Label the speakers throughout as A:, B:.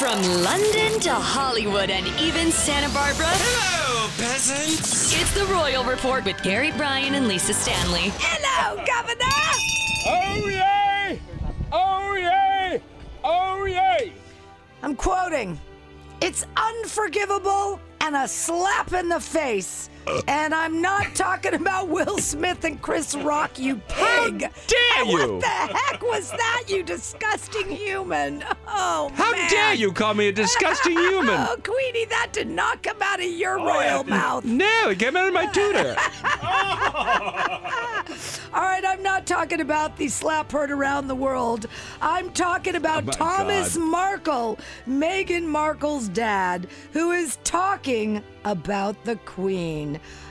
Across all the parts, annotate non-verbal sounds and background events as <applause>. A: From London to Hollywood and even Santa Barbara.
B: Hello,
C: Oh,
B: peasants.
A: It's the Royal Report with Gary Bryan and Lisa Stanley. Hello, Governor!
C: Oh yay! Oh yay! Oh yay!
D: I'm quoting It's unforgivable and a slap in the face. And I'm not talking about Will Smith and Chris Rock, you pig.
C: dare
D: And
C: you?
D: What the heck was that, you disgusting human? Oh,
C: How
D: man.
C: dare you call me a
D: <laughs>
C: disgusting human?
D: Oh, Queenie, that did not come out of your
C: yeah,
D: royal
C: dude.
D: mouth.
C: No, it came out
D: <laughs>
C: of my tutor.
D: All right, I'm not talking about the slap heard around the world. I'm talking about
C: Oh my
D: Thomas
C: God.
D: Markle, Meghan Markle's dad, who is talking about the Queen.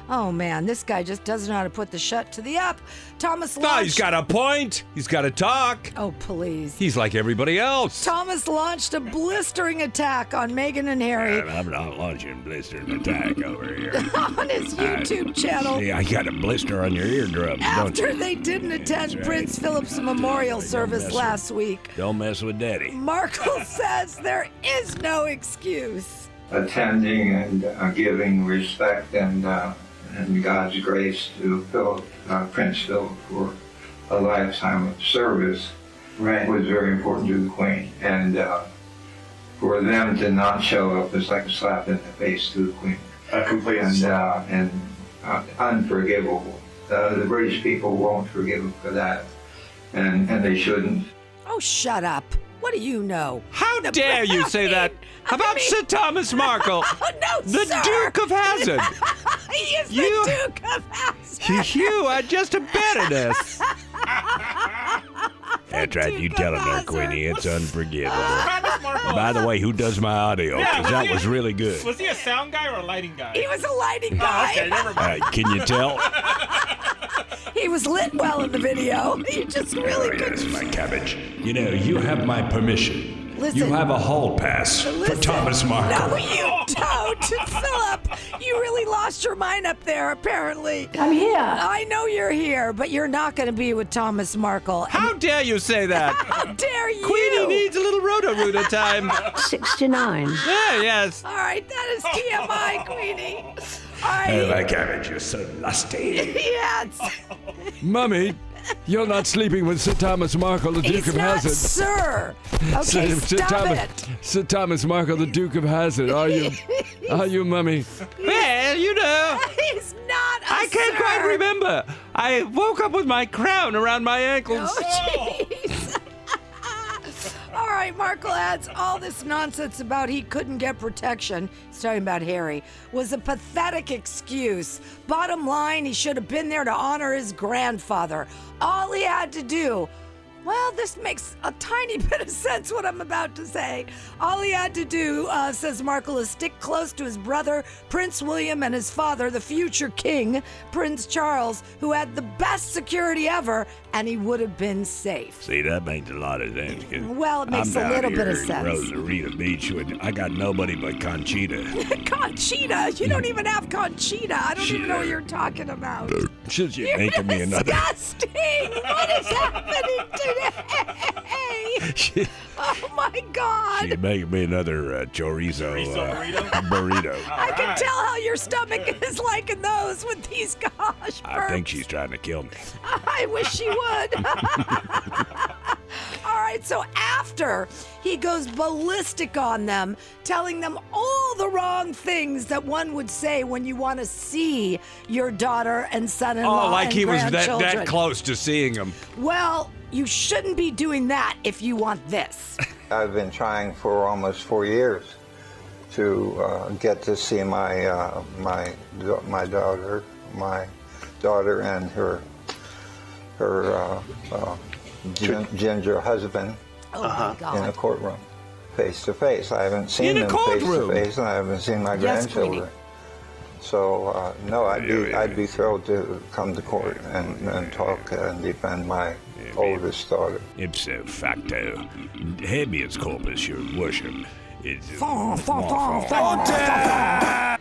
D: Oh man, this guy just doesn't know how to put the shut to the up. Thomas
C: Oh,
D: launched.
C: he's got a point. He's got to talk.
D: oh please.
C: He's like everybody else.
D: Thomas launched a blistering attack on Meghan and Harry
E: I'm not launching blister attack over here.
D: <laughs> on his YouTube channel.
E: Yeah, I got a blister on your eardrums, don't
D: After
E: you?
D: they didn't attend Prince Philip's memorial service last week,
E: Don't mess with daddy.
D: Markle <laughs> says there is no excuse.
F: attending and uh, giving respect and uh, and God's grace to Philip, uh, Prince Philip for a lifetime of service was very important to the Queen. And uh, for them to not show up was like a slap in the face to the Queen.
G: a complete
F: And, uh, and uh, unforgivable. Uh, the British people won't forgive them for that. And, and they shouldn't.
D: Oh, shut up. What do you know?
C: How
D: The
C: dare you say that
D: <laughs> I
C: about
D: mean-
C: Sir Thomas
D: <laughs>
C: Markle,
D: Oh, no,
C: the
D: sir.
C: Duke of Hazard?
D: <laughs> He is
C: You-
D: the Duke of Hazard.
C: you are just a bitterness.
E: That's right, you
D: Duke
E: tell
D: of
E: him there,
D: Hazard.
E: Queenie. It's unforgivable. By the way, who does my audio? Because that was really good.
H: Was he a sound guy or a lighting guy?
D: He was a lighting guy.
H: okay, never mind.
E: Uh, can you tell?
D: He was lit well in the video. He just
C: Oh,
D: really
E: Yes,
D: could.
E: my cabbage. You know, you have my permission. You
D: Listen.
E: have a hall pass for
D: Listen,
E: Thomas Markle.
D: No, you don't, Philip. You really lost your mind up there, apparently.
I: I'm here.
D: I know you're here, but you're not going to be with Thomas Markle.
C: How dare you say that?
D: How dare you?
C: Queenie needs a little roto-rooter time.
I: 69.
C: Yeah, yes.
D: All right, that
C: <laughs>
D: is TMI, Queenie. All
E: Oh,
D: right.
E: my cabbage, you're so lusty.
D: Yes.
C: Mummy, you're not sleeping with Sir Thomas Markle, the
D: He's
C: <laughs>
D: not sir. Okay, stop it.
C: Sir Thomas Markle, the Duke of Hazard. Are
D: <laughs>
C: you? Are you, mummy? Well, you know,
D: He's not a
C: I can't
D: sir.
C: quite remember. I woke up with my crown around my ankles.
D: Oh, jeez. all right, Markle adds all this nonsense about he couldn't get protection. He's talking about Harry was a pathetic excuse. Bottom line, he should have been there to honor his grandfather. All he had to do. Well, this makes a tiny <laughs> bit of sense what I'm about to say. All he had to do, uh, says Markle, is stick close to his brother, Prince William, and his father, the future king, Prince Charles, who had the best security ever, and he would have been safe.
E: See, that makes a lot of sense. 'cause
D: Well, it makes a
E: I'm down
D: little
E: here
D: bit of
E: in
D: sense.
E: Rosarita Beach, with, I got nobody
D: <laughs>
E: but Conchita.
D: Conchita, you
E: Mm.
D: don't even have Conchita. I don't even know what you're talking about.
E: Should you
D: You're <laughs>
E: making me another?
D: disgusting. what is happening
E: <laughs>
D: today?
E: She's
D: Oh my God.
E: making me another uh, chorizo, uh, <laughs> burrito.
D: I can tell how your stomach is liking those with these gosh.
E: I think
D: burps.
E: she's trying to kill me.
D: I wish she would. <laughs> All right, so after he goes ballistic on them, telling them all the wrong things that one would say when you want to see your daughter and son-in-law.
C: Oh, like
D: and
C: he was that,
D: grandchildren.
C: that close to seeing him.
D: Well, you shouldn't be doing that if you want
C: <laughs>
D: this.
F: I've been trying for almost four years to uh, get to see my uh, my da- my daughter, my daughter and her her uh, uh, gin- ginger husband
C: Uh-huh.
D: Oh my
F: in a
D: God.
F: courtroom, face to face. I haven't seen
C: a
F: them face to
C: courtroom?
F: face, and I haven't seen my
D: Yes,
F: grandchildren.
D: Queenie.
F: So uh, no, I'd be I'd be thrilled to come to court and, and talk and defend my oldest daughter.
E: Ipso facto, habeas corpus, your worship. It's,
D: Fum, fum, fum, fum, <laughs>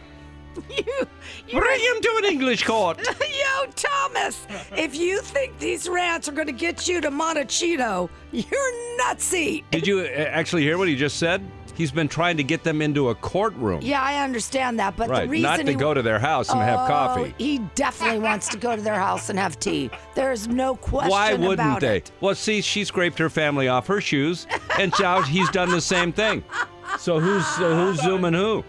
D: You, you
C: Bring him to an English court.
D: <laughs> Yo, Thomas, if you think these rants are going to get you to Montecito, you're nutsy.
C: Did you uh, actually hear what he just said? He's been trying to get them into a courtroom.
D: Yeah, I understand that, but the
C: right.
D: reason
C: Not to
D: he, Oh,
C: go to their house and have coffee.
D: He definitely wants to go to their house and have tea. There is no question.
C: Why wouldn't
D: about
C: they?
D: It.
C: Well, see, she scraped her family off her shoes, and
D: <laughs>
C: now he's done the same thing. So who's so who's zooming who?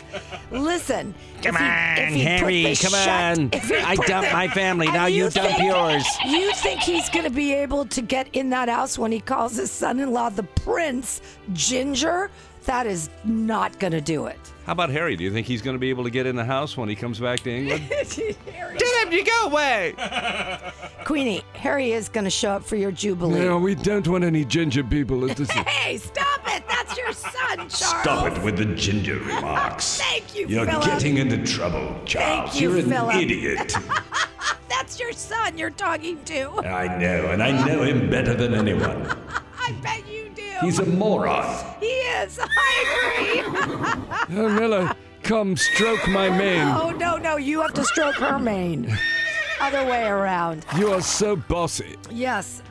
D: Listen. Come if he, if he put this shut- if he put the-
C: family.
D: And think- You think he's going to be able to get in that house when he calls his son-in-law the prince Ginger? That is not going to do it.
C: How about Harry? Do you think he's going to be able to get in the house when he comes back to
D: <laughs>
C: England?
D: Queenie, Harry is going to show up for your jubilee.
J: No, we don't want any ginger people at this.
D: <laughs> Hey, stop it! That's your son, Charles.
E: Stop it with the
D: <laughs>
E: ginger remarks.
D: Thank you,
E: You're
D: Philip.
E: getting into trouble, Charles.
D: you,
E: are an
D: Philip. <laughs>
E: idiot.
D: That's your son you're talking to.
E: I know, and I know him better than anyone.
D: I bet you do.
E: He's a moron.
D: he is. I agree.
J: Oh, Miller, come stroke my mane.
D: Oh no, no, you have to stroke her mane. Other way around.
J: You are so bossy.
D: Yes,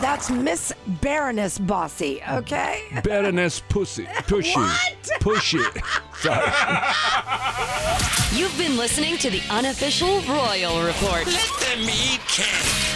D: that's Miss Baroness Bossy. Okay.
J: Baroness Pussy. Pushy.
D: What?
J: Pushy. Sorry.
A: You've been listening to the unofficial Royal Report.
K: Let them eat cake.